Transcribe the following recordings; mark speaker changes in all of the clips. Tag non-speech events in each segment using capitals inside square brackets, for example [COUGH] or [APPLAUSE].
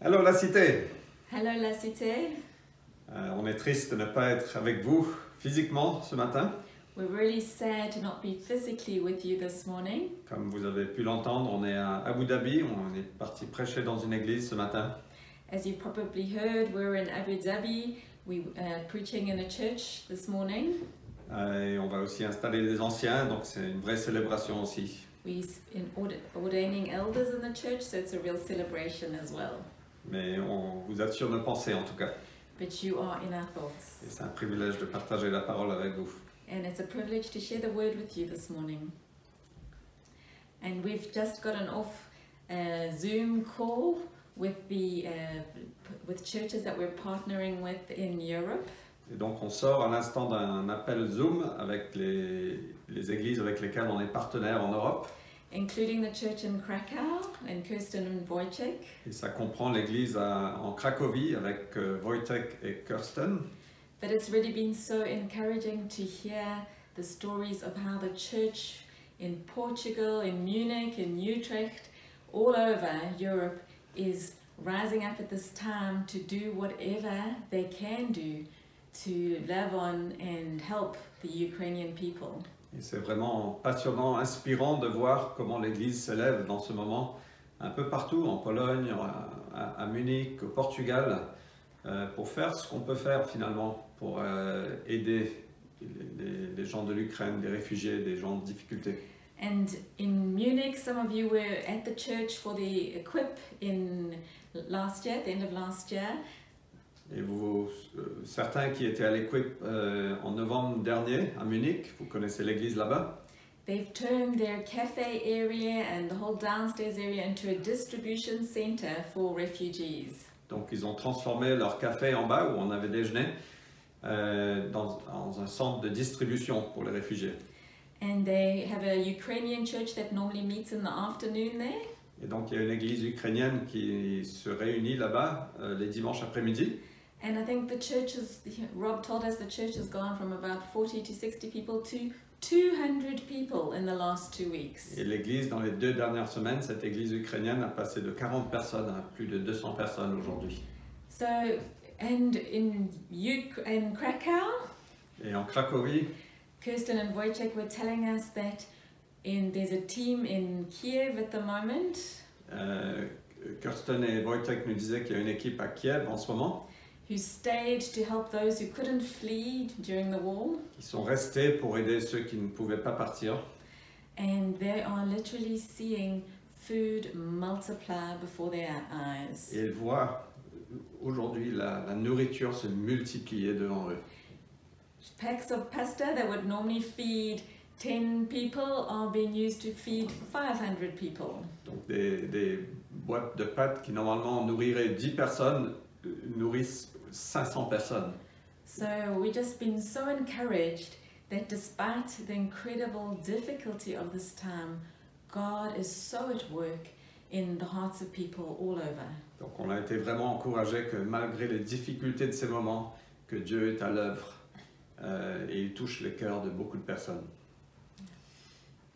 Speaker 1: Alors la cité,
Speaker 2: Hello, la cité.
Speaker 1: euh, on est triste de ne pas être avec vous physiquement ce matin,
Speaker 2: We're really sad to not be physically with you this morning.
Speaker 1: comme vous avez pu l'entendre. On est à Abu Dhabi, on est parti prêcher dans une église ce matin.
Speaker 2: As you've probably heard, we're in Abu Dhabi. We uh, preaching in a church this morning.
Speaker 1: Euh, et on va aussi installer les anciens, donc c'est une vraie célébration aussi.
Speaker 2: We s- in ord- ordaining elders in the church, so it's a real celebration as well.
Speaker 1: Mais on vous assure nos pensées en tout cas.
Speaker 2: But you are in our
Speaker 1: Et
Speaker 2: thoughts,
Speaker 1: c'est un privilège de partager la parole avec vous.
Speaker 2: and it's a privilege to share the word with you this morning. And we've just gotten off a Zoom call with the uh, p- with churches that we're partnering with in Europe.
Speaker 1: Et donc on sort à l'instant d'un appel Zoom avec les, les églises avec lesquelles on est partenaire en Europe.
Speaker 2: including the church in Krakow and Kirsten and Wojciech.
Speaker 1: Et ça comprend l'église à- en Cracovie avec euh, Wojtek et Kirsten.
Speaker 2: But it's really been so encouraging to hear the stories of how the church in Portugal, in Munich, in Utrecht, all over Europe is rising up at this time to do whatever they can do to love on and help the Ukrainian people.
Speaker 1: Et c'est vraiment passionnant, inspirant de voir comment l'église s'élève dans ce moment un peu partout, en Pologne, à, à- à Munich, au Portugal, euh, pour faire ce qu'on peut faire finalement pour euh, aider les- les- les gens de l'Ukraine, des réfugiés, des gens en difficulté.
Speaker 2: And in Munich, some of you were at the church for the equip in last year, at the end of last year,
Speaker 1: Et vous, euh, certains qui étaient à l'Equip euh, en novembre dernier à Munich, vous connaissez l'église là-bas,
Speaker 2: They've turned their cafe area and the whole downstairs area into a distribution center for refugees.
Speaker 1: donc ils ont transformé leur café en bas où on avait déjeuné euh, dans, dans un centre de distribution pour les réfugiés.
Speaker 2: And they have a Ukrainian church that normally meets in the afternoon there.
Speaker 1: Et donc il y a une église ukrainienne qui se réunit là-bas euh, les dimanches après-midi.
Speaker 2: And I think the church is, Rob told us the church has gone from about 40 to 60 people to 200 people in the last two weeks.
Speaker 1: Et l'église, dans les deux dernières semaines, cette église ukrainienne a passé de 40 personnes à plus de 200 personnes aujourd'hui.
Speaker 2: So, and in, Uk- in Krakow,
Speaker 1: Et en Cracovie,
Speaker 2: Kirsten and Wojciech were telling us that in, there's a team in Kiev at the moment
Speaker 1: euh, Kirsten et Wojtek nous disaient qu'il y a une équipe à Kiev en ce moment.
Speaker 2: who stayed to help those who couldn't flee during the war.
Speaker 1: Ils sont restés pour aider ceux qui ne pouvaient pas partir.
Speaker 2: And they are literally seeing food multiply before their eyes.
Speaker 1: Et ils voient euh, aujourd'hui la, la nourriture se multiplier devant eux.
Speaker 2: Packs of pasta that would normally feed 10 people are being used to feed 500 people.
Speaker 1: Donc des, des boîtes de pâtes qui normalement nourriraient 10 personnes euh, nourrissent 500 personnes.
Speaker 2: So we've just been so encouraged that despite the incredible difficulty of this time, God is so at work in the hearts of people all over.
Speaker 1: Donc on a été vraiment encouragé que malgré les difficultés de ces moments, que Dieu est à l'œuvre euh, et il touche les cœurs de beaucoup de personnes.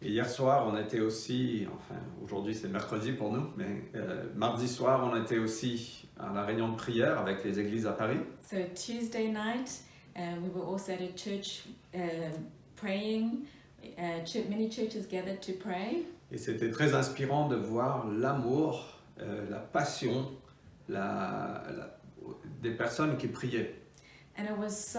Speaker 1: Et hier soir, on était aussi, enfin aujourd'hui c'est mercredi pour nous, mais euh, mardi soir, on était aussi à la réunion de prière avec les églises à Paris.
Speaker 2: So Tuesday night, uh, we were also at a church um praying. Uh, chur many churches gathered to pray,
Speaker 1: Et c'était très inspirant de voir l'amour, euh, la passion la- la- des personnes qui priaient.
Speaker 2: and it was so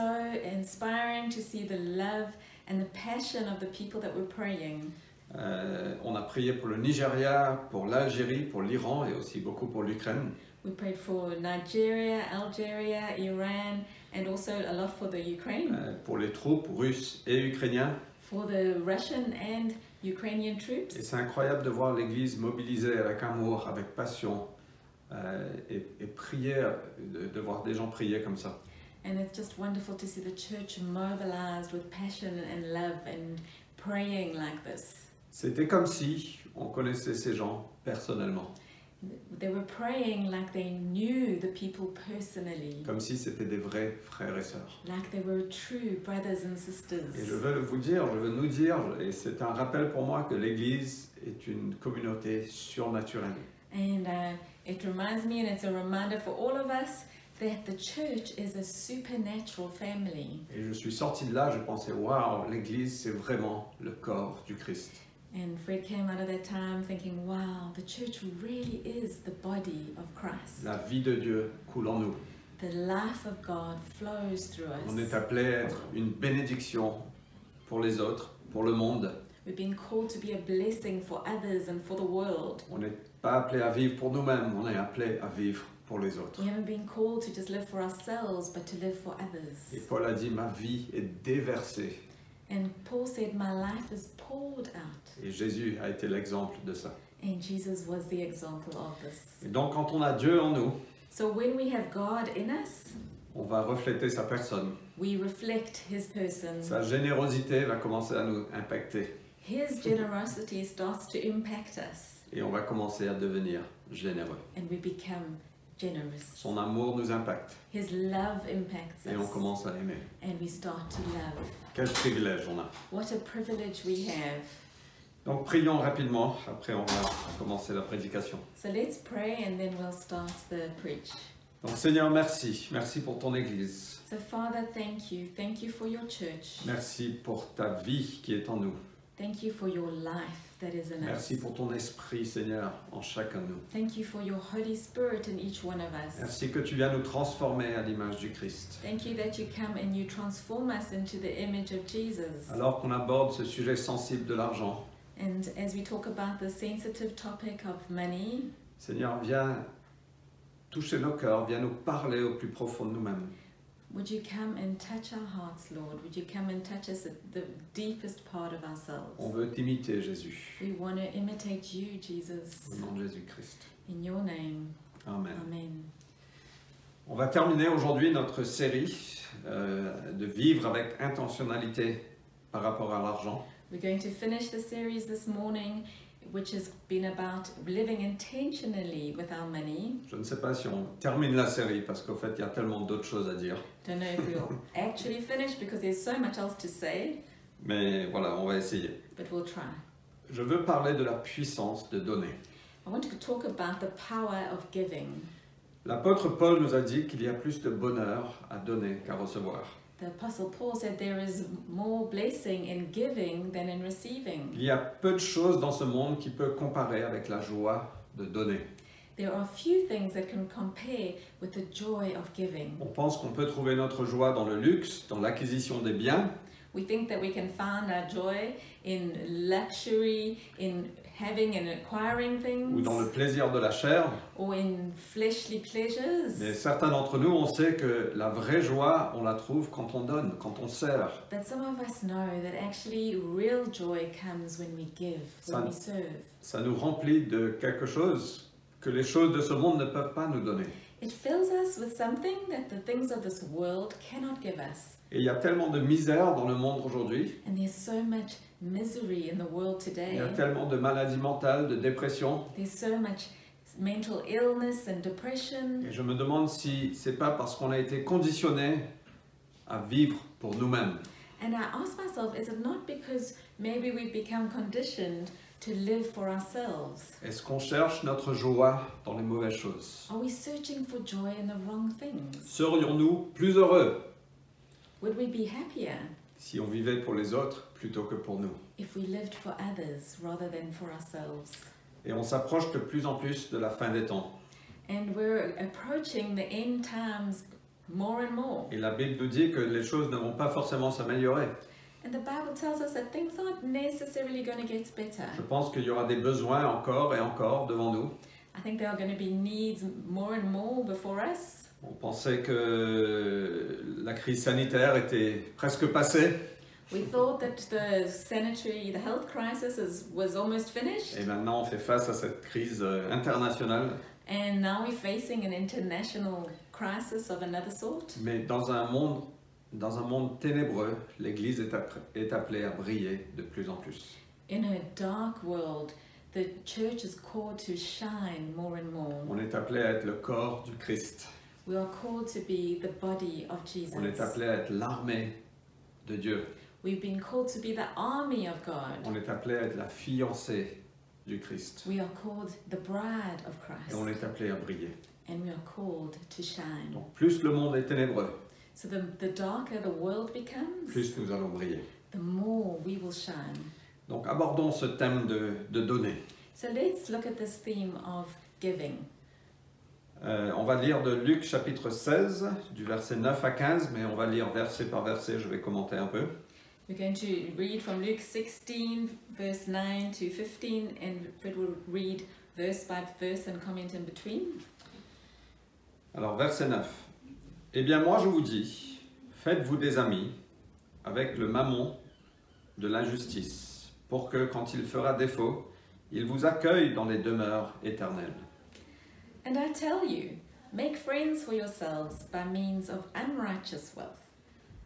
Speaker 2: inspiring to see the love and the passion of the people that were praying.
Speaker 1: Euh, on a prié pour le Nigeria, pour l'Algérie, pour l'Iran et aussi beaucoup pour l'Ukraine.
Speaker 2: We prayed for Nigeria, Algeria, Iran, and also a lot for the Ukraine,
Speaker 1: Euh, pour les troupes russes et ukrainiens.
Speaker 2: for the Russian and Ukrainian troops.
Speaker 1: Et c'est incroyable de voir l'Église mobilisée avec amour, avec passion euh, et, et prier, de, de voir des gens prier comme ça.
Speaker 2: And it's just wonderful to see the church mobilized with passion and love and praying like this.
Speaker 1: C'était comme si on connaissait ces gens personnellement,
Speaker 2: They were praying like they knew the people personally,
Speaker 1: comme si c'était des vrais frères et sœurs.
Speaker 2: like they were true brothers and
Speaker 1: Et je
Speaker 2: sisters.
Speaker 1: veux vous dire, je veux nous dire, et c'est un rappel pour moi que l'Église est une communauté surnaturelle.
Speaker 2: And uh, it reminds me, and it's a reminder for all of us, that the church is a supernatural family.
Speaker 1: Et je suis sorti de là, je pensais, waouh, l'Église, c'est vraiment le corps du Christ.
Speaker 2: And Fred came out of that time thinking, wow, the church really is the body of Christ.
Speaker 1: La vie de Dieu coule en nous.
Speaker 2: The life of God flows through
Speaker 1: On est
Speaker 2: us.
Speaker 1: appelé à être une bénédiction pour les autres, pour le monde.
Speaker 2: We've been called to be a blessing for others and for the world.
Speaker 1: On n'est pas appelé à vivre pour nous-mêmes, on est appelé à vivre pour les autres.
Speaker 2: We haven't been called to just live for ourselves, but to live for others.
Speaker 1: Et Paul a dit, ma vie est déversée.
Speaker 2: And Paul said, My life is poured out.
Speaker 1: Et Jésus a été l'exemple de ça.
Speaker 2: And Jesus was the example of this.
Speaker 1: Et donc quand on a Dieu en nous,
Speaker 2: So when we have God in us,
Speaker 1: on va refléter sa personne.
Speaker 2: we reflect his person.
Speaker 1: Sa générosité va commencer à nous impacter.
Speaker 2: His generosity starts to impact us,
Speaker 1: Et on va commencer à devenir généreux.
Speaker 2: and we become generous.
Speaker 1: Son amour nous impacte.
Speaker 2: His love impacts
Speaker 1: Et on
Speaker 2: us,
Speaker 1: commence à aimer.
Speaker 2: and we start to love.
Speaker 1: Quel privilège on a.
Speaker 2: What a privilege we have.
Speaker 1: Donc prions rapidement, après on va commencer la prédication.
Speaker 2: So let's pray, and then we'll start the preach.
Speaker 1: Donc Seigneur, merci. Merci pour ton Église.
Speaker 2: So, Father, thank you. Thank you for your church.
Speaker 1: Merci pour ta vie qui est en nous.
Speaker 2: Thank you for your life that is in us.
Speaker 1: Merci pour ton esprit, Seigneur, en chacun de nous.
Speaker 2: Thank you for your Holy Spirit in each one of us.
Speaker 1: Merci que tu viens nous transformer à l'image du Christ.
Speaker 2: Thank you that you come and you transform us into the image of Jesus.
Speaker 1: Alors qu'on aborde ce sujet sensible de l'argent,
Speaker 2: And as we talk about the sensitive topic of money,
Speaker 1: Seigneur, viens toucher nos cœurs, viens nous parler au plus profond de nous-mêmes.
Speaker 2: would you come and touch our hearts, Lord? Would you come and touch us at the deepest part of
Speaker 1: On
Speaker 2: ourselves?
Speaker 1: veut t'imiter, Jésus.
Speaker 2: We want to imitate you,
Speaker 1: Au
Speaker 2: Jesus.
Speaker 1: nom de Jésus-Christ.
Speaker 2: In your name,
Speaker 1: Amen.
Speaker 2: Amen.
Speaker 1: On va terminer aujourd'hui notre série euh, de vivre avec intentionnalité par rapport à l'argent.
Speaker 2: We're going to finish the series this morning, which has been about living intentionally with our money.
Speaker 1: Je ne sais pas si on termine la série parce qu'au fait, il y a tellement d'autres choses à dire.
Speaker 2: Don't know if we'll actually finish because there's so much else to say,
Speaker 1: Mais voilà, on va essayer.
Speaker 2: but we'll try.
Speaker 1: Je veux parler de la puissance de donner.
Speaker 2: I want to talk about the power of giving.
Speaker 1: L'apôtre Paul nous a dit qu'il y a plus de bonheur à donner qu'à recevoir.
Speaker 2: The Apostle Paul said there is more blessing in giving than in receiving.
Speaker 1: Il y a peu de choses dans ce monde qui peut comparer avec la joie de donner.
Speaker 2: There are few things that can compare with the joy of giving.
Speaker 1: On pense qu'on peut trouver notre joie dans le luxe, dans l'acquisition des biens,
Speaker 2: We think that we can find our joy in luxury, in having and acquiring
Speaker 1: ou dans le
Speaker 2: things,
Speaker 1: plaisir de la chair,
Speaker 2: or in fleshly
Speaker 1: Mais
Speaker 2: pleasures.
Speaker 1: certains d'entre nous, on sait que la vraie joie, on la trouve quand on donne, quand on sert.
Speaker 2: But some of us know that actually real joy comes when we give, when we serve.
Speaker 1: Ça nous remplit de quelque chose que les choses de ce monde ne peuvent pas nous donner.
Speaker 2: It fills us with something that the things of this world cannot give us.
Speaker 1: Et il y a tellement de misère dans le monde aujourd'hui,
Speaker 2: And there's so much misery in the world
Speaker 1: il y
Speaker 2: today.
Speaker 1: a tellement de maladies mentales, de dépression.
Speaker 2: There's so much mental illness and depression.
Speaker 1: Et je me demande si c'est pas parce qu'on a été conditionné à vivre pour nous-mêmes.
Speaker 2: And I ask myself, is it not because maybe we've become conditioned to live for ourselves?
Speaker 1: Est-ce qu'on cherche notre joie dans les mauvaises choses
Speaker 2: Are we searching for joy in the wrong things?
Speaker 1: Serions-nous plus heureux
Speaker 2: Would we be happier
Speaker 1: si on vivait pour les autres plutôt que pour nous
Speaker 2: if we lived for others rather than for ourselves?
Speaker 1: Et on s'approche de plus en plus de la fin des temps.
Speaker 2: And we're approaching the end times more and more.
Speaker 1: Et la Bible nous dit que les choses ne vont pas forcément s'améliorer.
Speaker 2: And the Bible tells us that things aren't necessarily going to get better.
Speaker 1: Je pense qu'il y aura des besoins encore et encore devant nous.
Speaker 2: I think there are going to be needs more and more before us.
Speaker 1: On pensait que la crise sanitaire était presque passée,
Speaker 2: We thought that the sanitary, the health crisis is, was almost finished,
Speaker 1: et maintenant on fait face à cette crise euh, internationale.
Speaker 2: and now we're facing an international crisis of another sort.
Speaker 1: Mais dans un monde, dans un monde ténébreux, l'Église est, appre- est appelée à briller de plus en plus.
Speaker 2: In a dark world, the church is called to shine more and more.
Speaker 1: On est appelé à être le corps du Christ.
Speaker 2: We are called to be the body of
Speaker 1: On est
Speaker 2: Jesus.
Speaker 1: appelé à être l'armée de Dieu.
Speaker 2: We've been called to be the army of God.
Speaker 1: On est appelé à être la fiancée du Christ.
Speaker 2: We are called the bride of
Speaker 1: Et on
Speaker 2: Christ
Speaker 1: est appelé à briller.
Speaker 2: and we are called to shine.
Speaker 1: Donc plus le monde est ténébreux,
Speaker 2: So the, the darker the world becomes,
Speaker 1: plus nous allons briller.
Speaker 2: the more we will shine.
Speaker 1: Donc abordons ce thème de, de donner.
Speaker 2: So let's look at this theme of giving.
Speaker 1: Euh, on va lire de Luc chapitre 16, du verset 9 à 15, mais on va lire verset par verset, je vais commenter un peu.
Speaker 2: We're going to read from Luke 16, verse 9 to 15, and Fred will read verse by verse and comment in between.
Speaker 1: Alors, verset 9. Eh bien, moi, je vous dis, faites-vous des amis avec le mammon de l'injustice, pour que, quand il fera défaut, il vous accueille dans les demeures éternelles.
Speaker 2: And I tell you, make friends for yourselves by means of unrighteous wealth,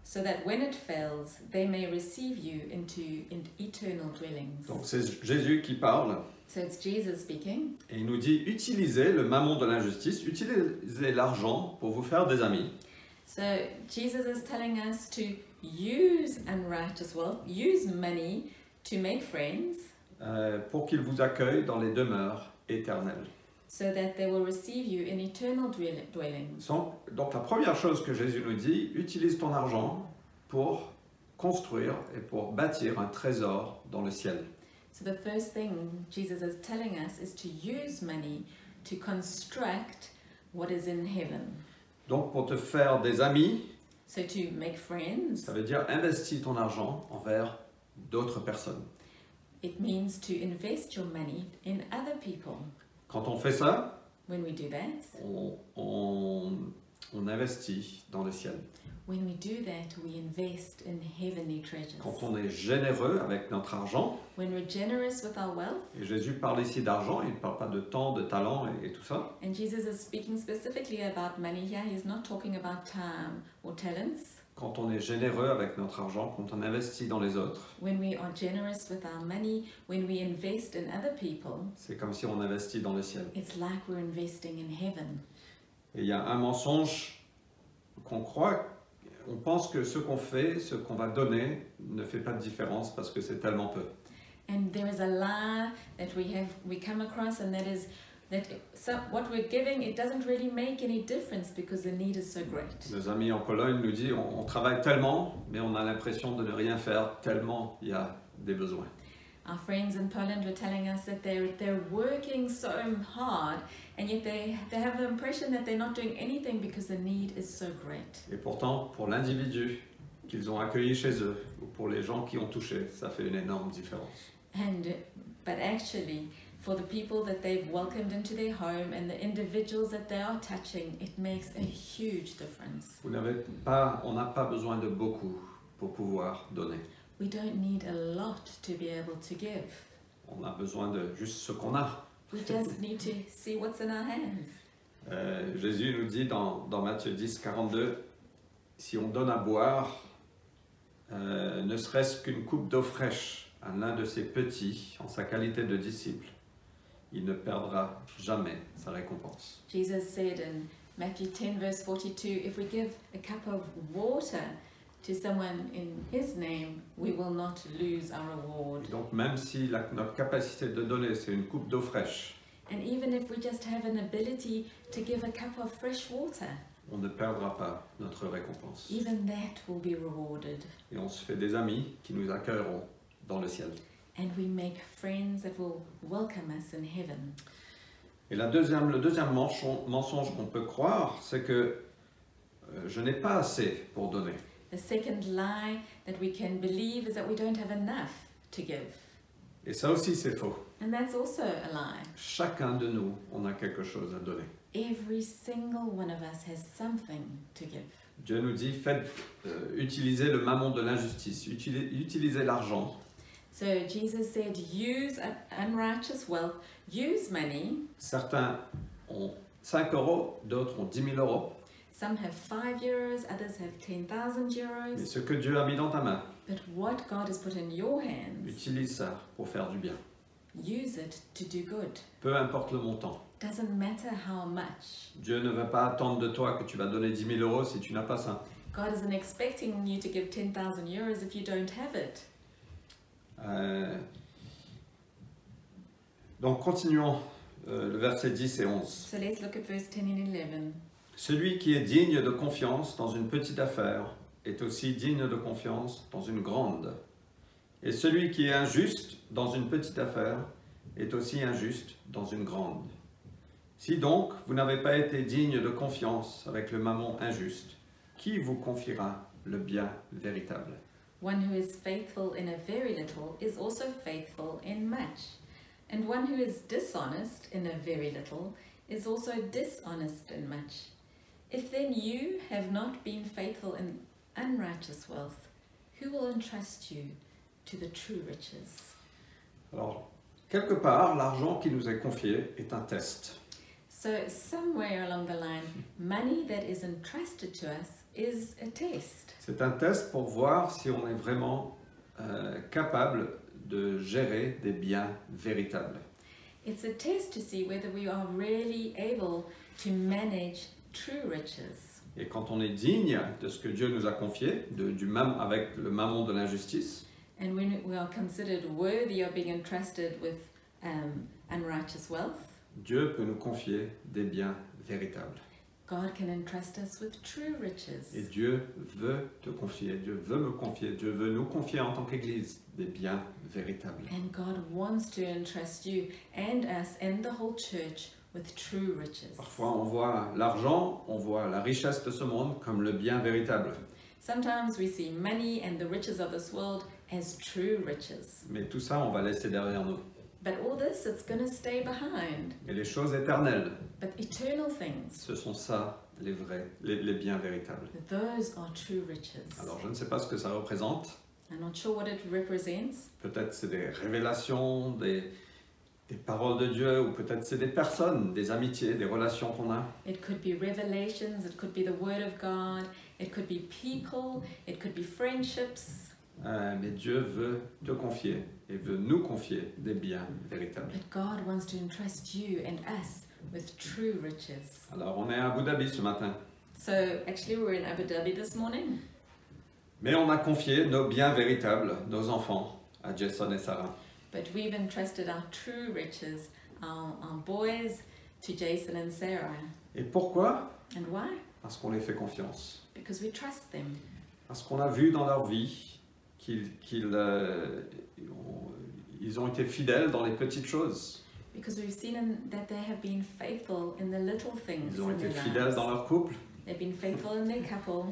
Speaker 2: so that when it fails, they may receive you into in eternal dwellings.
Speaker 1: Donc, c'est Jésus qui parle
Speaker 2: So it's Jesus speaking.
Speaker 1: et il nous dit utilisez le mammon de l'injustice, utilisez l'argent pour vous faire des amis,
Speaker 2: So Jesus is telling us to use unrighteous wealth, use money to make friends,
Speaker 1: euh, pour qu'il vous accueille dans les demeures éternelles.
Speaker 2: so that they will receive you in eternal dwell- dwellings.
Speaker 1: Sans- Donc, la première chose que Jésus nous dit utilise ton argent pour construire et pour bâtir un trésor dans le ciel.
Speaker 2: So the first thing Jesus is telling us is to use money to construct what is in heaven.
Speaker 1: Donc pour te faire des amis,
Speaker 2: So to make friends,
Speaker 1: ça veut dire investis ton argent envers d'autres personnes.
Speaker 2: it means to invest your money in other people.
Speaker 1: Quand on fait ça,
Speaker 2: When we do that,
Speaker 1: on, on- on investit dans le ciel.
Speaker 2: when we do that, we invest in heavenly treasures.
Speaker 1: Quand on est généreux avec notre argent,
Speaker 2: When we're generous with our wealth,
Speaker 1: et Jésus parle ici d'argent, il ne parle pas de temps, de talent et, et tout ça,
Speaker 2: and Jesus is speaking specifically about money here, he's not talking about time or talents.
Speaker 1: quand on est généreux avec notre argent, quand on investit dans les autres,
Speaker 2: When we are generous with our money, when we invest in other people,
Speaker 1: c'est comme si on investit dans le ciel.
Speaker 2: it's like we're investing in heaven.
Speaker 1: Et il y a un mensonge qu'on croit, on pense que ce qu'on fait, ce qu'on va donner, ne fait pas de différence parce que c'est tellement peu.
Speaker 2: And there is a lie that we have we come across, and that is that so, what we're giving it doesn't really make any difference because the need is so great.
Speaker 1: Nos amis en Pologne nous disent on, on travaille tellement, mais on a l'impression de ne rien faire tellement il y a des besoins.
Speaker 2: Our friends in Poland were telling us that they're they're working so hard, and yet they they have the impression that they're not doing anything because the need is so great.
Speaker 1: Et pourtant, pour l'individu qu'ils ont accueilli chez eux, ou pour les gens qui ont touché, ça fait une énorme différence.
Speaker 2: And but actually, for the people that they've welcomed into their home and the individuals that they are touching, it makes a huge difference.
Speaker 1: Vous n'avez pas, on n'a pas besoin de beaucoup pour pouvoir donner.
Speaker 2: We don't need a lot to be able to give.
Speaker 1: On a besoin de juste ce qu'on a.
Speaker 2: We just need to see what's in our hands.
Speaker 1: Euh, Jésus nous dit dans, dans Matthieu 10, 42, si on donne à boire, euh, ne serait-ce qu'une coupe d'eau fraîche à l'un de ses petits en sa qualité de disciple, il ne perdra jamais sa récompense.
Speaker 2: Jesus said in Matthew 10, verse 42, if we give a cup of water to someone in his name, we will not lose our reward.
Speaker 1: Et donc même si la- notre capacité de donner, c'est une coupe d'eau fraîche,
Speaker 2: And even if we just have an ability to give a cup of fresh water,
Speaker 1: on ne perdra pas notre récompense.
Speaker 2: even that will be rewarded.
Speaker 1: Et on se fait des amis qui nous accueilleront dans le ciel.
Speaker 2: And we make friends that will welcome us in heaven.
Speaker 1: Et la deuxième, le deuxième menchon- mensonge qu'on peut croire, c'est que euh, je n'ai pas assez pour donner.
Speaker 2: The second lie that we can believe is that we don't have enough to give.
Speaker 1: Et ça aussi, c'est faux.
Speaker 2: And that's also a lie.
Speaker 1: Chacun de nous, on a quelque chose à donner.
Speaker 2: Every single one of us has something to give.
Speaker 1: Dieu nous dit, faites, euh, utilisez le mammon de l'injustice, utilisez, utilisez l'argent.
Speaker 2: So Jesus said, use un- unrighteous wealth, use money.
Speaker 1: Certains ont 5 euros, d'autres ont 10 000 euros.
Speaker 2: Some have five euros, others have 10,000
Speaker 1: Mais
Speaker 2: euros.
Speaker 1: ce que Dieu a mis dans ta main,
Speaker 2: But what God has put in your hands,
Speaker 1: utilise ça pour faire du bien.
Speaker 2: use it to do good.
Speaker 1: Peu importe le montant.
Speaker 2: Doesn't matter how much.
Speaker 1: Dieu ne va pas attendre de toi que tu vas donner 10 000 euros si tu n'as pas ça.
Speaker 2: God isn't expecting you to give 10,000 euros if you don't have it.
Speaker 1: Euh, Donc continuons euh, le verset 10 et 11.
Speaker 2: So let's look at verse 10 and 11.
Speaker 1: Celui qui est digne de confiance dans une petite affaire est aussi digne de confiance dans une grande. Et celui qui est injuste dans une petite affaire est aussi injuste dans une grande. Si donc vous n'avez pas été digne de confiance avec le mammon injuste, qui vous confiera le bien véritable
Speaker 2: One who is faithful in a very little is also faithful in much. And one who is dishonest in a very little is also dishonest in much. If then you have not been faithful in unrighteous wealth, who will entrust you to the true riches?
Speaker 1: Alors, quelque part, l'argent qui nous est confié est un test.
Speaker 2: So, somewhere along the line, money that is entrusted to us is a test.
Speaker 1: C'est un test pour voir si on est vraiment euh, capable de gérer des biens véritables.
Speaker 2: It's a test to see whether we are really able to manage true riches.
Speaker 1: Et quand on est digne de ce que Dieu nous a confié, de- du même avec le mammon de l'injustice,
Speaker 2: And when we are considered worthy of being entrusted with um, unrighteous wealth,
Speaker 1: Dieu peut nous confier des biens véritables.
Speaker 2: God can entrust us with true riches.
Speaker 1: Et Dieu veut te confier, Dieu veut me confier, Dieu veut nous confier en tant qu'Église des biens véritables.
Speaker 2: And God wants to entrust you and us and the whole church with true riches.
Speaker 1: Parfois on voit l'argent, on voit la richesse de ce monde comme le bien véritable.
Speaker 2: Sometimes we see money and the riches of this world as true riches.
Speaker 1: Mais tout ça, on va laisser derrière nous.
Speaker 2: But all this, it's going to stay behind.
Speaker 1: Mais les choses éternelles,
Speaker 2: But eternal things,
Speaker 1: ce sont ça les vrais, les, les biens véritables.
Speaker 2: those are true riches.
Speaker 1: Alors je ne sais pas ce que ça représente.
Speaker 2: I'm not sure what it represents.
Speaker 1: Peut-être c'est des révélations, des, des paroles de Dieu, ou peut-être c'est des personnes, des amitiés, des relations qu'on a.
Speaker 2: It could be revelations, it could be the Word of God, it could be people, it could be friendships.
Speaker 1: Euh, mais Dieu veut te confier et veut nous confier des biens véritables.
Speaker 2: But God wants to entrust you and us with true riches.
Speaker 1: Alors on est à Abu Dhabi ce matin,
Speaker 2: So actually, we were in Abu Dhabi this morning,
Speaker 1: mais on a confié nos biens véritables, nos enfants, à Jason et Sarah.
Speaker 2: but we've entrusted our true riches, our, our boys, to Jason and Sarah.
Speaker 1: Et pourquoi
Speaker 2: And why?
Speaker 1: Parce qu'on les fait confiance.
Speaker 2: Because we trust them.
Speaker 1: Parce qu'on a vu dans leur vie qu'ils qu'ils, euh, ont- ils ont été fidèles dans les petites choses.
Speaker 2: Because we've seen in, that they have been faithful in the little things.
Speaker 1: Ils ont
Speaker 2: in
Speaker 1: été
Speaker 2: their
Speaker 1: fidèles
Speaker 2: lives.
Speaker 1: dans leur couple,
Speaker 2: They've been faithful in their couple.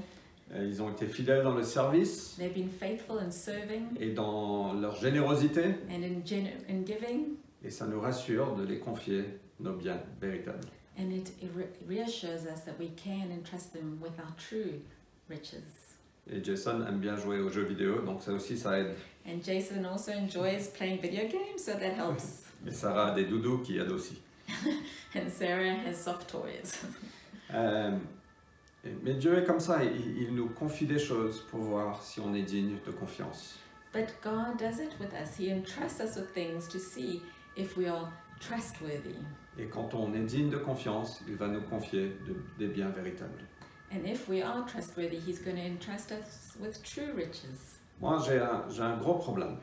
Speaker 1: euh, ils ont été fidèles dans le service
Speaker 2: They've been faithful in serving
Speaker 1: et dans leur générosité.
Speaker 2: and in, gen- in giving,
Speaker 1: Et ça nous rassure de les confier nos biens véritables.
Speaker 2: and it, it re- reassures us that we can entrust them with our true riches.
Speaker 1: Et Jason aime bien jouer aux jeux vidéo, donc ça aussi ça aide.
Speaker 2: And Jason also enjoys playing video games, so that helps.
Speaker 1: Et Sarah a des doudous qui aident aussi.
Speaker 2: and Sarah has soft toys.
Speaker 1: Euh, et- mais Dieu est comme ça, il, il nous confie des choses pour voir si on est digne de confiance.
Speaker 2: But God does it with us. He entrusts us with things to see if we are trustworthy.
Speaker 1: Et quand on est digne de confiance, il va nous confier de- des biens véritables.
Speaker 2: And if we are trustworthy, He's going to entrust us with true riches.
Speaker 1: Moi, j'ai un, j'ai un gros problème.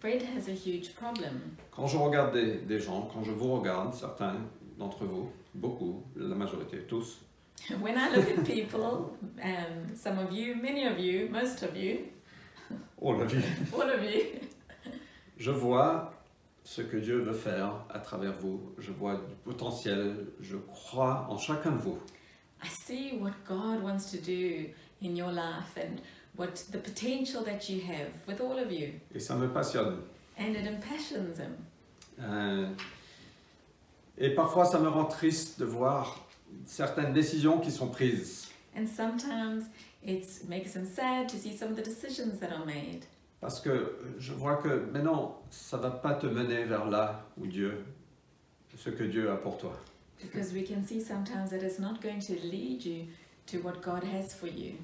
Speaker 2: Fred has a huge problem. [LAUGHS]
Speaker 1: Quand je regarde des, des gens, quand je vous regarde, certains d'entre vous, beaucoup, la majorité, tous,
Speaker 2: When I look at people, um, some of you, many of you, most of you,
Speaker 1: oh la vie,
Speaker 2: all of you,
Speaker 1: je vois ce que Dieu veut faire à travers vous. Je vois du potentiel, je crois en chacun de vous.
Speaker 2: I see what God wants to do in your life and what the potential that you have with all of you.
Speaker 1: Et ça me passionne.
Speaker 2: And it impassions Him.
Speaker 1: Euh, et parfois, ça me rend triste de voir certaines décisions qui sont prises.
Speaker 2: And sometimes it makes Him sad to see some of the decisions that are made
Speaker 1: Parce que je vois que maintenant, ça va pas te mener vers là où Dieu, ce que Dieu a pour toi.
Speaker 2: because we can see sometimes that it's not going to lead you to what God has for you.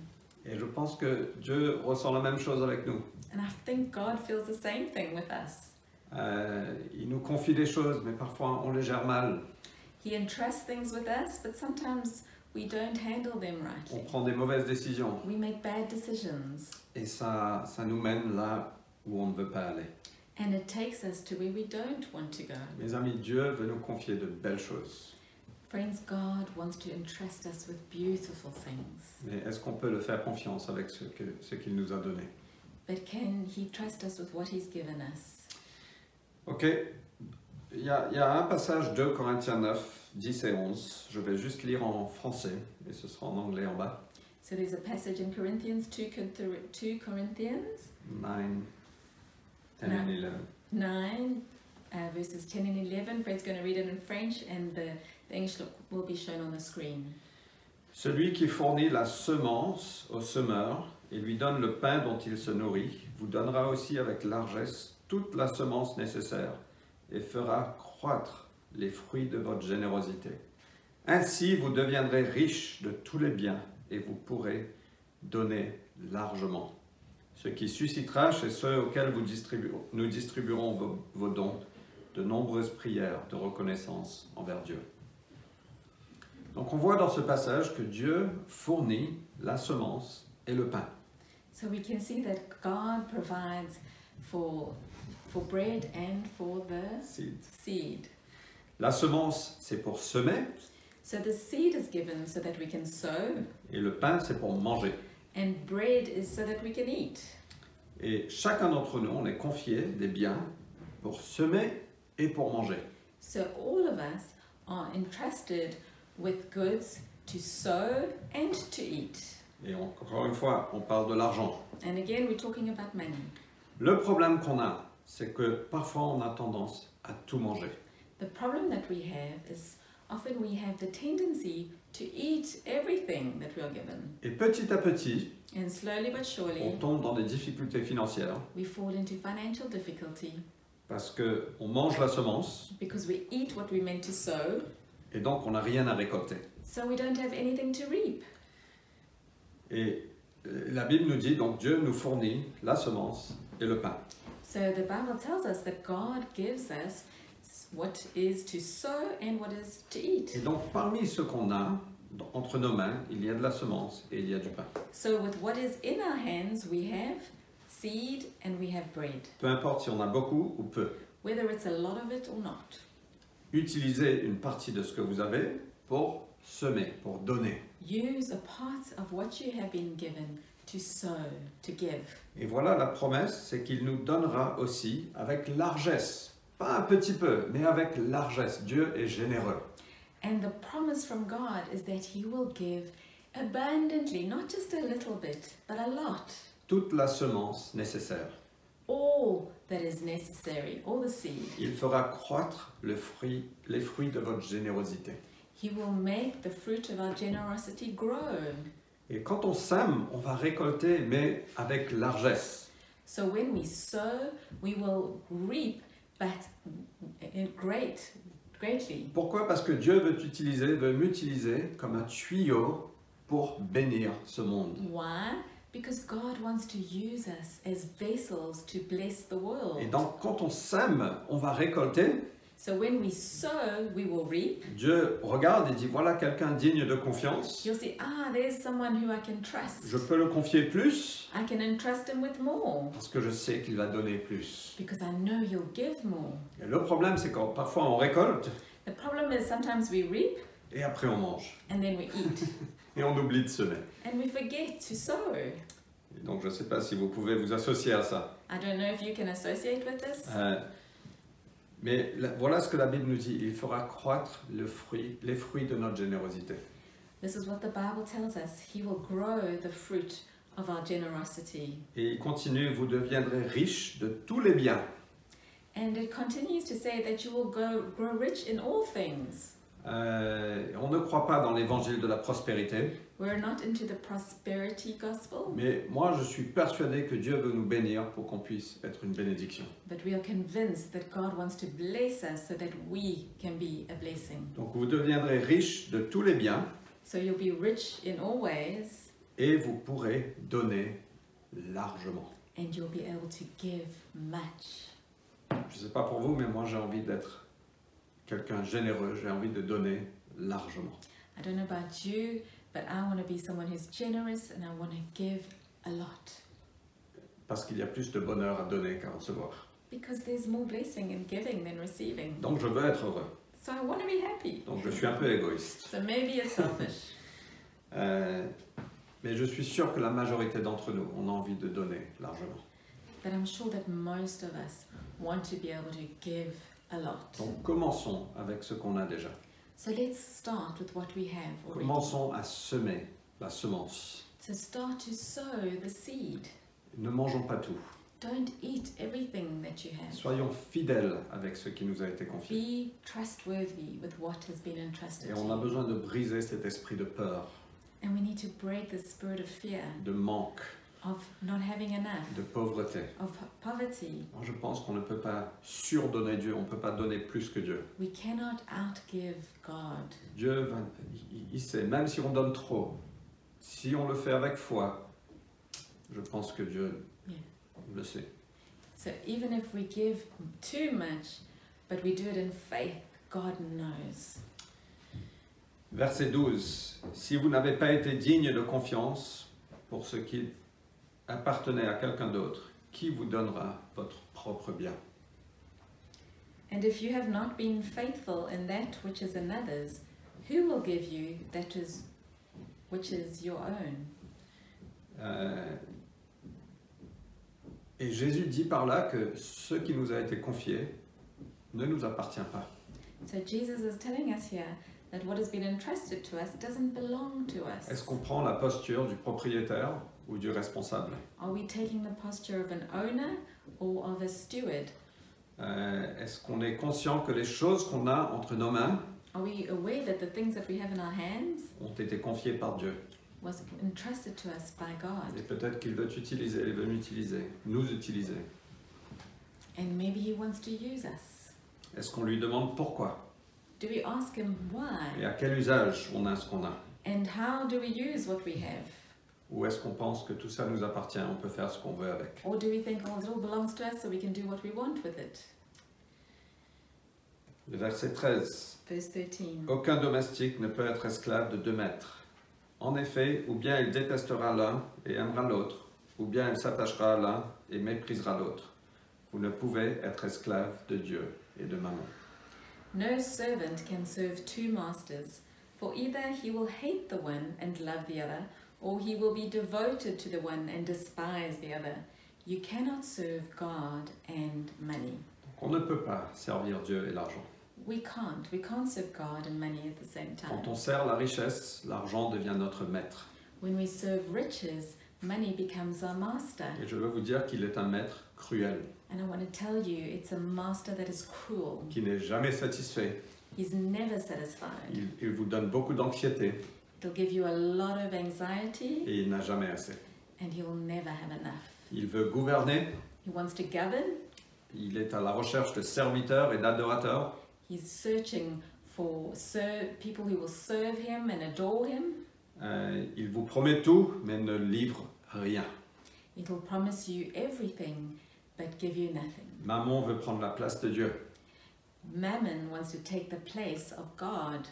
Speaker 1: Et je pense que Dieu ressent la même chose avec nous.
Speaker 2: And I think God feels the same thing with us.
Speaker 1: Euh, il nous confie des choses, mais parfois on les gère mal.
Speaker 2: He entrusts things with us, but sometimes we don't handle them
Speaker 1: On
Speaker 2: rightly.
Speaker 1: prend des mauvaises décisions.
Speaker 2: We make bad decisions,
Speaker 1: Et ça, ça nous mène là où on ne veut pas aller.
Speaker 2: and it takes us to where we don't want to go.
Speaker 1: Mes amis, Dieu veut nous confier de belles choses.
Speaker 2: Friends, God wants to entrust us with beautiful things,
Speaker 1: Mais est-ce qu'on peut le faire confiance avec ce que- ce qu'il nous a donné
Speaker 2: but can He trust us with what He's given us?
Speaker 1: Ok. Il y, a, il y a un passage de Corinthiens 9, 10 et 11. Je vais juste lire en français et ce sera en anglais en bas.
Speaker 2: So there's a passage in Corinthians 2, Corinth- 2 Corinthians
Speaker 1: 9, 10 and 11.
Speaker 2: 9, uh, verses 10 and 11. Fred's going to read it in French, and the, the English look will be shown on the screen.
Speaker 1: Celui qui fournit la semence au semeur et lui donne le pain dont il se nourrit, vous donnera aussi avec largesse toute la semence nécessaire et fera croître les fruits de votre générosité. Ainsi, vous deviendrez riches de tous les biens et vous pourrez donner largement, ce qui suscitera chez ceux auxquels vous distribu- nous distribuerons vos- vos dons de nombreuses prières de reconnaissance envers Dieu. Donc on voit dans ce passage que Dieu fournit la semence et le pain.
Speaker 2: So we can see that God provides for, for bread and for the seed.
Speaker 1: La semence, c'est pour semer
Speaker 2: So the seed is given so that we can sow,
Speaker 1: et le pain, c'est pour manger.
Speaker 2: and bread is so that we can eat.
Speaker 1: Et chacun d'entre nous, on est confié des biens pour semer et pour manger.
Speaker 2: So all of us are entrusted with goods to sow and to eat.
Speaker 1: Et encore une fois, on parle de l'argent.
Speaker 2: And again, we're talking about money.
Speaker 1: Le problème qu'on a, c'est que parfois on a tendance à tout manger.
Speaker 2: The problem that we have is often we have the tendency to eat everything that we are given.
Speaker 1: Et petit à petit,
Speaker 2: And slowly but
Speaker 1: on
Speaker 2: surely,
Speaker 1: tombe dans des difficultés financières
Speaker 2: we fall into financial difficulty
Speaker 1: parce que on mange la semence
Speaker 2: because we eat what we're meant to sow,
Speaker 1: et donc on n'a rien à récolter.
Speaker 2: so we don't have anything to reap.
Speaker 1: Et euh, la Bible nous dit donc Dieu nous fournit la semence et le pain.
Speaker 2: So the Bible tells us that God gives us what is to sow and what is to
Speaker 1: Et
Speaker 2: eat.
Speaker 1: donc parmi ce qu'on a dans- entre nos mains, il y a de la semence et il y a du pain.
Speaker 2: So with what is in our hands, we have seed and we have bread,
Speaker 1: Peu importe si on a beaucoup ou peu.
Speaker 2: whether it's a lot of it or not.
Speaker 1: Utilisez une partie de ce que vous avez pour semer, pour donner.
Speaker 2: Use a part of what you have been given to sow, to give.
Speaker 1: Et voilà la promesse, c'est qu'il nous donnera aussi avec largesse. Pas un petit peu, mais avec largesse. Dieu est généreux.
Speaker 2: And the promise from God is that He will give abundantly, not just a little bit, but a lot.
Speaker 1: Toute la semence nécessaire.
Speaker 2: All that is necessary, all the seed.
Speaker 1: Il fera croître le fruit, les fruits de votre générosité.
Speaker 2: He will make the fruit of our generosity grow.
Speaker 1: Et quand on sème, on va récolter, mais avec largesse.
Speaker 2: So when we sow, we will reap, but in great, greatly.
Speaker 1: Pourquoi Parce que Dieu veut utiliser, veut m'utiliser comme un tuyau pour bénir ce monde.
Speaker 2: Why? Because God wants to use us as vessels to bless the
Speaker 1: Et
Speaker 2: world.
Speaker 1: donc, quand on sème, on va récolter.
Speaker 2: So when we sow, we will reap.
Speaker 1: Dieu regarde et dit voilà quelqu'un digne de confiance.
Speaker 2: You'll see, ah, there's someone who I can trust.
Speaker 1: Je peux le confier plus
Speaker 2: I can entrust him with more
Speaker 1: parce que je sais qu'il va donner plus.
Speaker 2: because I know you'll give more.
Speaker 1: Et le problème, c'est quand parfois on récolte
Speaker 2: The problem is sometimes we reap
Speaker 1: et après on mange
Speaker 2: and then we eat
Speaker 1: et on oublie de semer.
Speaker 2: and we forget to sow.
Speaker 1: Et donc, je ne sais pas si vous pouvez vous associer à ça.
Speaker 2: I don't know if you can associate with this,
Speaker 1: Euh, mais la- voilà ce que la Bible nous dit, il fera croître le fruit, les fruits de notre générosité.
Speaker 2: This is what the Bible tells us. He will grow the fruit of our generosity.
Speaker 1: Et il continue, vous deviendrez riches de tous les biens.
Speaker 2: And it continues to say that you will go, grow rich in all things.
Speaker 1: Euh, on ne croit pas dans l'évangile de la prospérité,
Speaker 2: We're not into the prosperity gospel,
Speaker 1: mais moi je suis persuadé que Dieu veut nous bénir pour qu'on puisse être une bénédiction.
Speaker 2: but we are convinced that God wants to bless us so that we can be a blessing.
Speaker 1: Donc vous deviendrez riches de tous les biens
Speaker 2: So you'll be rich in all ways.
Speaker 1: et vous pourrez donner largement.
Speaker 2: and you'll be able to give much.
Speaker 1: Je ne sais pas pour vous, mais moi j'ai envie d'être quelqu'un généreux, j'ai envie de donner largement.
Speaker 2: I don't know about you, but I want to be someone who's generous and I want to give a lot
Speaker 1: parce qu'il y a plus de bonheur à donner qu'à recevoir.
Speaker 2: because there's more blessing in giving than receiving.
Speaker 1: Donc je veux être heureux.
Speaker 2: So I want to be happy.
Speaker 1: Donc je suis un peu égoïste.
Speaker 2: So maybe it's selfish, [LAUGHS]
Speaker 1: Euh, mais je suis sûr que la majorité d'entre nous, on a envie de donner largement.
Speaker 2: but I'm sure that most of us want to be able to give a lot.
Speaker 1: Donc commençons avec ce qu'on a déjà.
Speaker 2: So let's start with what we have already.
Speaker 1: Commençons à semer la semence.
Speaker 2: So start to sow the seed.
Speaker 1: Ne mangeons pas tout.
Speaker 2: Don't eat everything that you have.
Speaker 1: Soyons fidèles avec ce qui nous a été confié.
Speaker 2: Be trustworthy with what has been entrusted
Speaker 1: Et
Speaker 2: to
Speaker 1: on a
Speaker 2: you.
Speaker 1: besoin de briser cet esprit de peur,
Speaker 2: And we need to break the spirit of fear,
Speaker 1: de manque,
Speaker 2: of not having enough,
Speaker 1: de pauvreté.
Speaker 2: of po- poverty.
Speaker 1: Moi, je pense qu'on ne peut pas surdonner Dieu, on ne peut pas donner plus que Dieu.
Speaker 2: We cannot outgive God.
Speaker 1: Dieu, va- il- il sait, même si on donne trop, si on le fait avec foi, je pense que Dieu
Speaker 2: Yeah.
Speaker 1: le sait.
Speaker 2: So even if we give too much, but we do it in faith, God knows.
Speaker 1: Verset 12. Si vous n'avez pas été digne de confiance pour ce qui appartenait à quelqu'un d'autre, qui vous donnera votre propre bien
Speaker 2: And if you have not been faithful in that which is another's, who will give you that is which is your own?
Speaker 1: Euh, Et Jésus dit par là que ce qui nous a été confié ne nous appartient pas.
Speaker 2: So Jesus is telling us here that what has been entrusted to us doesn't belong to
Speaker 1: Est-ce
Speaker 2: us.
Speaker 1: qu'on prend la posture du propriétaire ou du responsable
Speaker 2: Are we taking the posture of an owner or of a steward?
Speaker 1: Euh, Est-ce qu'on est conscient que les choses qu'on a entre nos mains
Speaker 2: Are we aware that the things that we have in our hands
Speaker 1: ont été confiées par Dieu
Speaker 2: was entrusted to us by
Speaker 1: Et
Speaker 2: God?
Speaker 1: peut-être qu'il veut utiliser, il veut m'utiliser, nous utiliser.
Speaker 2: And maybe He wants to use us.
Speaker 1: Est-ce qu'on lui demande pourquoi
Speaker 2: Do we ask Him
Speaker 1: et
Speaker 2: why?
Speaker 1: à quel usage on a ce qu'on a
Speaker 2: And how do we use what we have?
Speaker 1: Ou est-ce qu'on pense que tout ça nous appartient, on peut faire ce qu'on veut avec
Speaker 2: Or do we think, oh, it all belongs to us so we can do what we want with it?
Speaker 1: Le verset 13.
Speaker 2: Verse 13.
Speaker 1: Aucun domestique ne peut être esclave de deux maîtres. En effet, ou bien il détestera l'un et aimera l'autre, ou bien il s'attachera à l'un et méprisera l'autre. Vous ne pouvez être esclave de Dieu et de maman.
Speaker 2: No servant can serve two masters, for either he will hate the one and love the other, or he will be devoted to the one and despise the other. You cannot serve God and money.
Speaker 1: Donc on ne peut pas servir Dieu et l'argent.
Speaker 2: We can't. We can't serve God and money at the same time.
Speaker 1: Quand on sert la richesse, l'argent devient notre maître.
Speaker 2: When we serve riches, money becomes our master.
Speaker 1: Et je veux vous dire qu'il est un maître cruel,
Speaker 2: And I want to tell you, it's a master that is cruel.
Speaker 1: qui n'est jamais satisfait.
Speaker 2: He's never satisfied.
Speaker 1: Il, il vous donne beaucoup d'anxiété
Speaker 2: He'll give you a lot of anxiety,
Speaker 1: et il n'a jamais assez.
Speaker 2: and he'll never have enough.
Speaker 1: Il veut gouverner,
Speaker 2: He wants to govern,
Speaker 1: il est à la recherche de serviteurs et d'adorateurs,
Speaker 2: He's searching for ser- people who will serve him and adore him.
Speaker 1: Euh, il vous promet tout mais ne livre rien.
Speaker 2: It'll promise you everything but give you nothing.
Speaker 1: Maman veut prendre la place de Dieu.
Speaker 2: Mammon wants to take the place of God.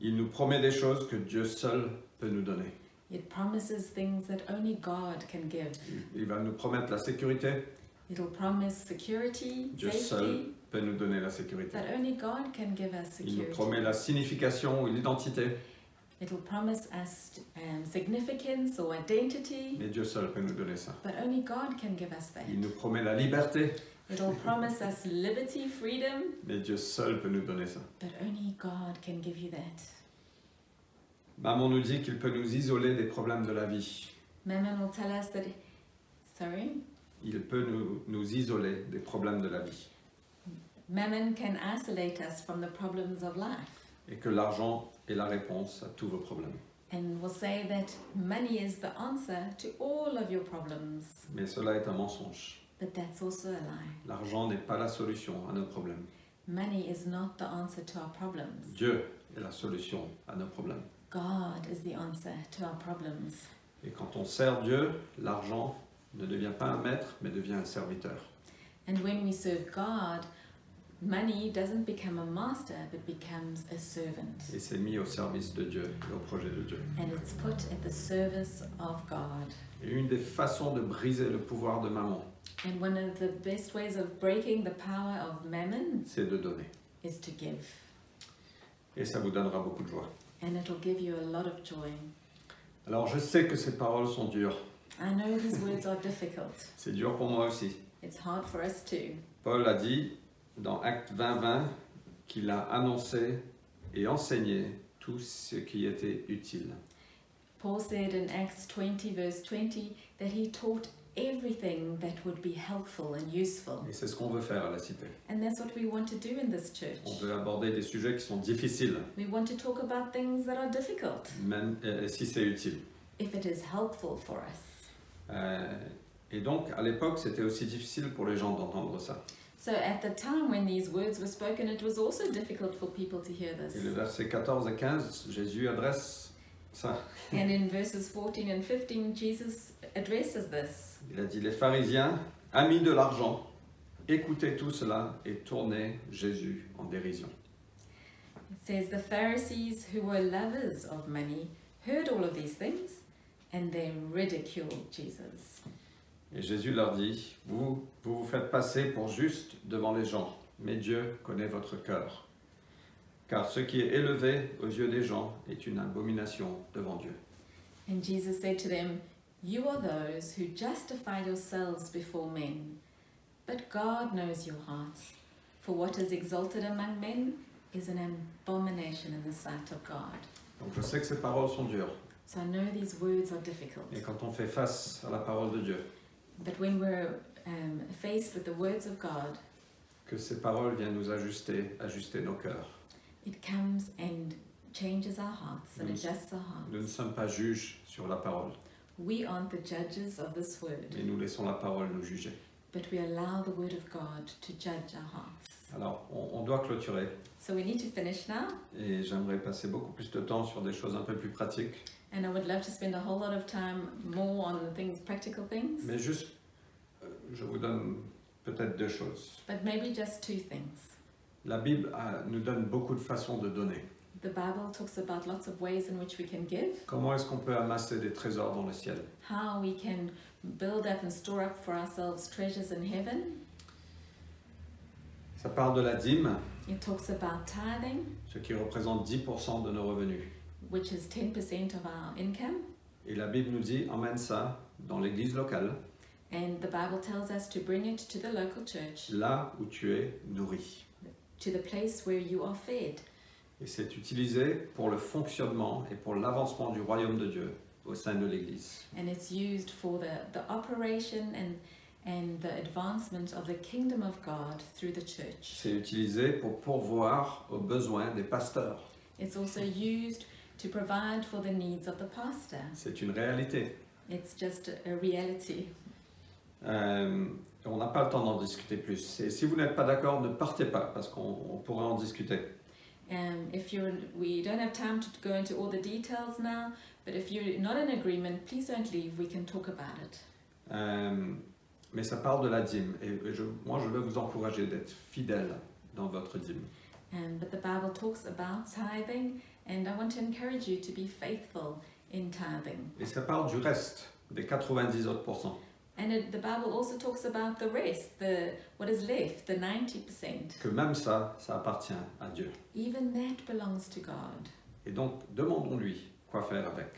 Speaker 1: Il nous promet des choses que Dieu seul peut nous donner.
Speaker 2: It promises things that only God can give.
Speaker 1: Il- Il va nous promettre la sécurité,
Speaker 2: It'll promise security,
Speaker 1: Dieu seul
Speaker 2: safety,
Speaker 1: peut nous donner la sécurité.
Speaker 2: that only God can give us
Speaker 1: Il nous
Speaker 2: security.
Speaker 1: promet la signification ou l'identité,
Speaker 2: It'll promise us um, significance or identity,
Speaker 1: mais Dieu seul peut nous donner ça.
Speaker 2: but only God can give us that.
Speaker 1: Il nous promet la liberté,
Speaker 2: It'll promise us liberty, freedom,
Speaker 1: mais Dieu seul peut nous donner ça.
Speaker 2: but only God can give you that.
Speaker 1: Maman nous dit qu'il peut nous isoler des problèmes de la vie.
Speaker 2: Mammon will tell us that, sorry,
Speaker 1: Il peut nous, nous isoler des problèmes de la vie.
Speaker 2: Mammon can isolate us from the problems of life
Speaker 1: Et que l'argent est la réponse à tous vos problèmes.
Speaker 2: and will say that money is the answer to all of your problems.
Speaker 1: Mais cela est un mensonge.
Speaker 2: But that's also a lie.
Speaker 1: L'argent n'est pas la solution à nos problèmes.
Speaker 2: Money is not the answer to our problems.
Speaker 1: Dieu est la solution à nos problèmes.
Speaker 2: God is the answer to our problems.
Speaker 1: Et quand on sert Dieu, l'argent ne devient pas un maître, mais devient un serviteur.
Speaker 2: And when we serve God, money doesn't become a master but becomes a servant
Speaker 1: et c'est mis au service de Dieu et au projet de Dieu.
Speaker 2: and it's put at the service of God.
Speaker 1: Et une des façons de briser le pouvoir de maman,
Speaker 2: And one of the best ways of breaking the power of mammon
Speaker 1: c'est de donner.
Speaker 2: is to give,
Speaker 1: Et ça vous donnera beaucoup de joie.
Speaker 2: and it'll give you a lot of joy.
Speaker 1: Alors je sais que ces paroles sont dures.
Speaker 2: I know these words are difficult.
Speaker 1: C'est dur pour moi aussi.
Speaker 2: It's hard for us too.
Speaker 1: Paul a dit dans Acte 20-20 qu'il a annoncé et enseigné tout ce qui était utile.
Speaker 2: Paul said in Acts 20, verse 20, that he taught everything that would be helpful and useful.
Speaker 1: Et c'est ce qu'on veut faire à la cité.
Speaker 2: And that's what we want to do in this church.
Speaker 1: On veut aborder des sujets qui sont difficiles,
Speaker 2: We want to talk about things that are difficult,
Speaker 1: même euh, si c'est utile.
Speaker 2: if it is helpful for us.
Speaker 1: Euh, et donc, à l'époque, c'était aussi difficile pour les gens d'entendre ça.
Speaker 2: So at the time when these words were spoken, it was also difficult for people to hear this.
Speaker 1: Et le verset 14 et 15, Jésus adresse ça.
Speaker 2: And in verses 14 and 15, Jesus addresses this.
Speaker 1: Il a dit Les pharisiens, amis de l'argent, écoutez tout cela et tournez Jésus en dérision.
Speaker 2: It says, The Pharisees, who were lovers of money, heard all of these things and they ridiculed Jesus.
Speaker 1: Et Jésus leur dit Vous vous, vous faites passer pour juste devant les gens, mais Dieu connaît votre cœur. Car ce qui est élevé aux yeux des gens est une abomination devant Dieu.
Speaker 2: And Jesus said to them, You are those who justify yourselves before men, but God knows your hearts. For what is exalted among men is an abomination in the sight of God.
Speaker 1: Donc je sais que ces paroles sont dures.
Speaker 2: So I know these words are difficult,
Speaker 1: Et quand on fait face à la parole de Dieu,
Speaker 2: but when we're um, faced with the words of God,
Speaker 1: que ces paroles viennent nous ajuster, ajuster nos cœurs.
Speaker 2: it comes and changes our hearts and
Speaker 1: Mm.
Speaker 2: adjusts our hearts.
Speaker 1: Nous ne sommes pas juges sur la parole,
Speaker 2: We aren't the judges of this word,
Speaker 1: mais nous laissons la parole nous juger.
Speaker 2: but we allow the word of God to judge our hearts.
Speaker 1: Alors, on, on doit clôturer.
Speaker 2: So we need to finish now.
Speaker 1: Et j'aimerais passer beaucoup plus de temps sur des choses un peu plus pratiques.
Speaker 2: And I would love to spend a whole lot of time more on the things, practical things,
Speaker 1: Mais juste, euh, je vous donne peut-être deux choses.
Speaker 2: but maybe just two things.
Speaker 1: La Bible a- nous donne beaucoup de façons de donner.
Speaker 2: The Bible talks about lots of ways in which we can give,
Speaker 1: Comment est-ce qu'on peut amasser des trésors dans le ciel
Speaker 2: how we can build up and store up for ourselves treasures in heaven.
Speaker 1: Ça part de la dîme,
Speaker 2: It talks about tithing,
Speaker 1: ce qui représente 10% de nos revenus.
Speaker 2: which is 10% of our income.
Speaker 1: Et la Bible nous dit, emmène ça dans l'église locale,
Speaker 2: And the Bible tells us to bring it to the local church,
Speaker 1: là où tu es nourri.
Speaker 2: to the place where you are fed.
Speaker 1: Et c'est utilisé pour le fonctionnement et pour l'avancement du royaume de Dieu au sein de l'église.
Speaker 2: And it's used for the, the operation and, and the advancement of the kingdom of God through the church.
Speaker 1: C'est utilisé pour pourvoir aux besoins des pasteurs.
Speaker 2: It's also used to provide for the needs of the pastor.
Speaker 1: C'est une réalité.
Speaker 2: It's just a- a reality.
Speaker 1: Euh, on n'a pas le temps d'en discuter plus. Et si vous n'êtes pas d'accord, ne partez pas, parce qu'on on pourrait en discuter.
Speaker 2: Um, if you're, we don't have time to go into all the details now, but if you're not in agreement, please don't leave. We can talk about it.
Speaker 1: Euh, mais ça part de la dîme. Et et je- moi, je veux vous encourager d'être fidèle dans votre dîme.
Speaker 2: Um, but the Bible talks about tithing, and I want to encourage you to be faithful in tithing.
Speaker 1: Et ça part du reste, des 90 autres pourcents.
Speaker 2: And it, the Bible also talks about the rest, the what is left, the ninety percent.
Speaker 1: Que même ça, ça appartient à Dieu.
Speaker 2: Even that belongs to God.
Speaker 1: Et donc, demandons-lui quoi faire avec.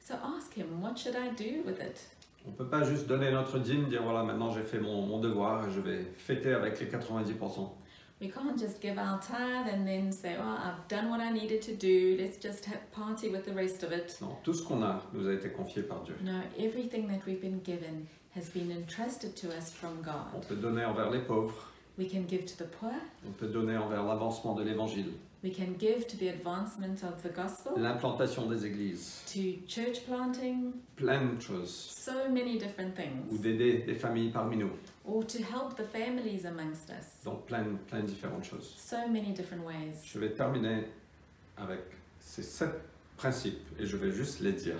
Speaker 2: So ask Him, what should I do with it?
Speaker 1: On ne peut pas juste donner notre dîme, dire voilà, maintenant j'ai fait mon, mon devoir et je vais fêter avec les 90%.
Speaker 2: We can't just give our tithe and then say, well, I've done what I needed to do, let's just have party with the rest of it.
Speaker 1: Non, tout ce qu'on a nous a été confié par Dieu.
Speaker 2: No, everything that we've been given has been entrusted to us from
Speaker 1: On
Speaker 2: God.
Speaker 1: peut donner envers les pauvres.
Speaker 2: We can give to the poor,
Speaker 1: On peut donner envers l'avancement de l'évangile,
Speaker 2: we can give to the advancement of the gospel,
Speaker 1: l'implantation des églises,
Speaker 2: to church planting,
Speaker 1: plein de choses,
Speaker 2: so many different
Speaker 1: ou
Speaker 2: things,
Speaker 1: d'aider des familles parmi nous,
Speaker 2: or to help the families amongst us.
Speaker 1: donc plein, plein de différentes choses.
Speaker 2: So many different ways.
Speaker 1: Je vais terminer avec ces sept principes et je vais juste les dire.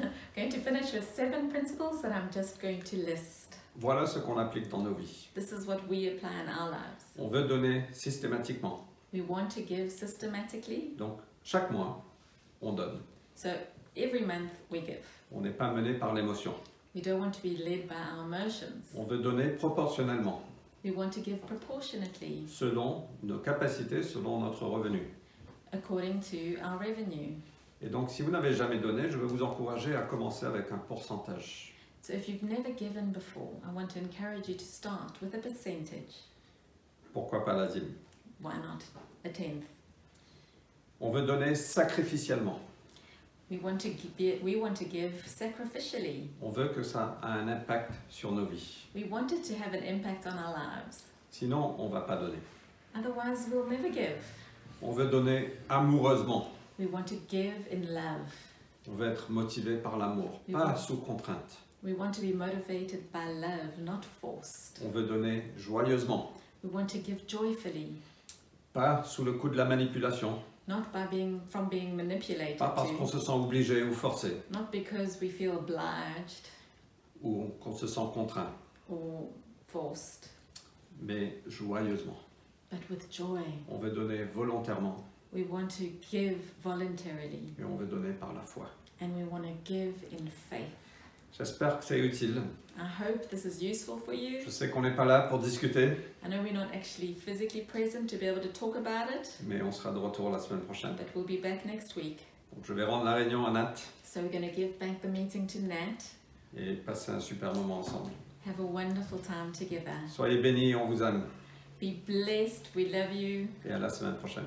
Speaker 2: I'm going to finish with seven principles that I'm just going to list.
Speaker 1: Voilà ce qu'on applique dans nos vies.
Speaker 2: This is what we apply in our lives.
Speaker 1: On veut donner systématiquement.
Speaker 2: We want to give systematically,
Speaker 1: Donc, chaque mois, on donne.
Speaker 2: so every month we give.
Speaker 1: On n'est pas mené par l'émotion.
Speaker 2: We don't want to be led by our emotions.
Speaker 1: On veut donner proportionnellement,
Speaker 2: We want to give proportionately
Speaker 1: selon nos capacités, selon notre revenu.
Speaker 2: according to our revenue.
Speaker 1: Et donc, si vous n'avez jamais donné, je veux vous encourager à commencer avec un pourcentage.
Speaker 2: So if you've never given before, I want to encourage you to start with a percentage.
Speaker 1: Pourquoi pas la dîme
Speaker 2: Why not a tenth?
Speaker 1: On veut donner sacrificiellement.
Speaker 2: We want to give, we want to give sacrificially.
Speaker 1: On veut que ça a un impact sur nos vies.
Speaker 2: We want it to have an impact on our lives.
Speaker 1: Sinon, on ne va pas donner.
Speaker 2: Otherwise, we'll never give.
Speaker 1: On veut donner amoureusement.
Speaker 2: We want to give in love.
Speaker 1: On veut être motivé par l'amour, pas sous contrainte.
Speaker 2: We want to be motivated by love, not forced.
Speaker 1: On veut donner joyeusement,
Speaker 2: We want to give joyfully,
Speaker 1: pas sous le coup de la manipulation,
Speaker 2: not by being from being manipulated
Speaker 1: pas parce qu'on
Speaker 2: to,
Speaker 1: se sent obligé ou forcé,
Speaker 2: not because we feel obliged
Speaker 1: ou qu'on se sent contraint,
Speaker 2: or forced,
Speaker 1: mais joyeusement.
Speaker 2: but with joy.
Speaker 1: On veut donner volontairement
Speaker 2: We want to give voluntarily
Speaker 1: et on veut donner par la foi.
Speaker 2: and we want to give in faith.
Speaker 1: J'espère que c'est utile.
Speaker 2: I hope this is useful for you.
Speaker 1: Je sais qu'on n'est pas là pour discuter,
Speaker 2: I know we're not actually physically present to be able to talk about it,
Speaker 1: mais on sera de retour la semaine prochaine.
Speaker 2: but we'll be back next week.
Speaker 1: Donc je vais rendre la réunion à Nat
Speaker 2: So we're going to give back the meeting to Nat.
Speaker 1: et passer un super moment ensemble.
Speaker 2: Have a wonderful time together.
Speaker 1: Soyez bénis, on vous aime
Speaker 2: Be blessed. We love you.
Speaker 1: et à la semaine prochaine.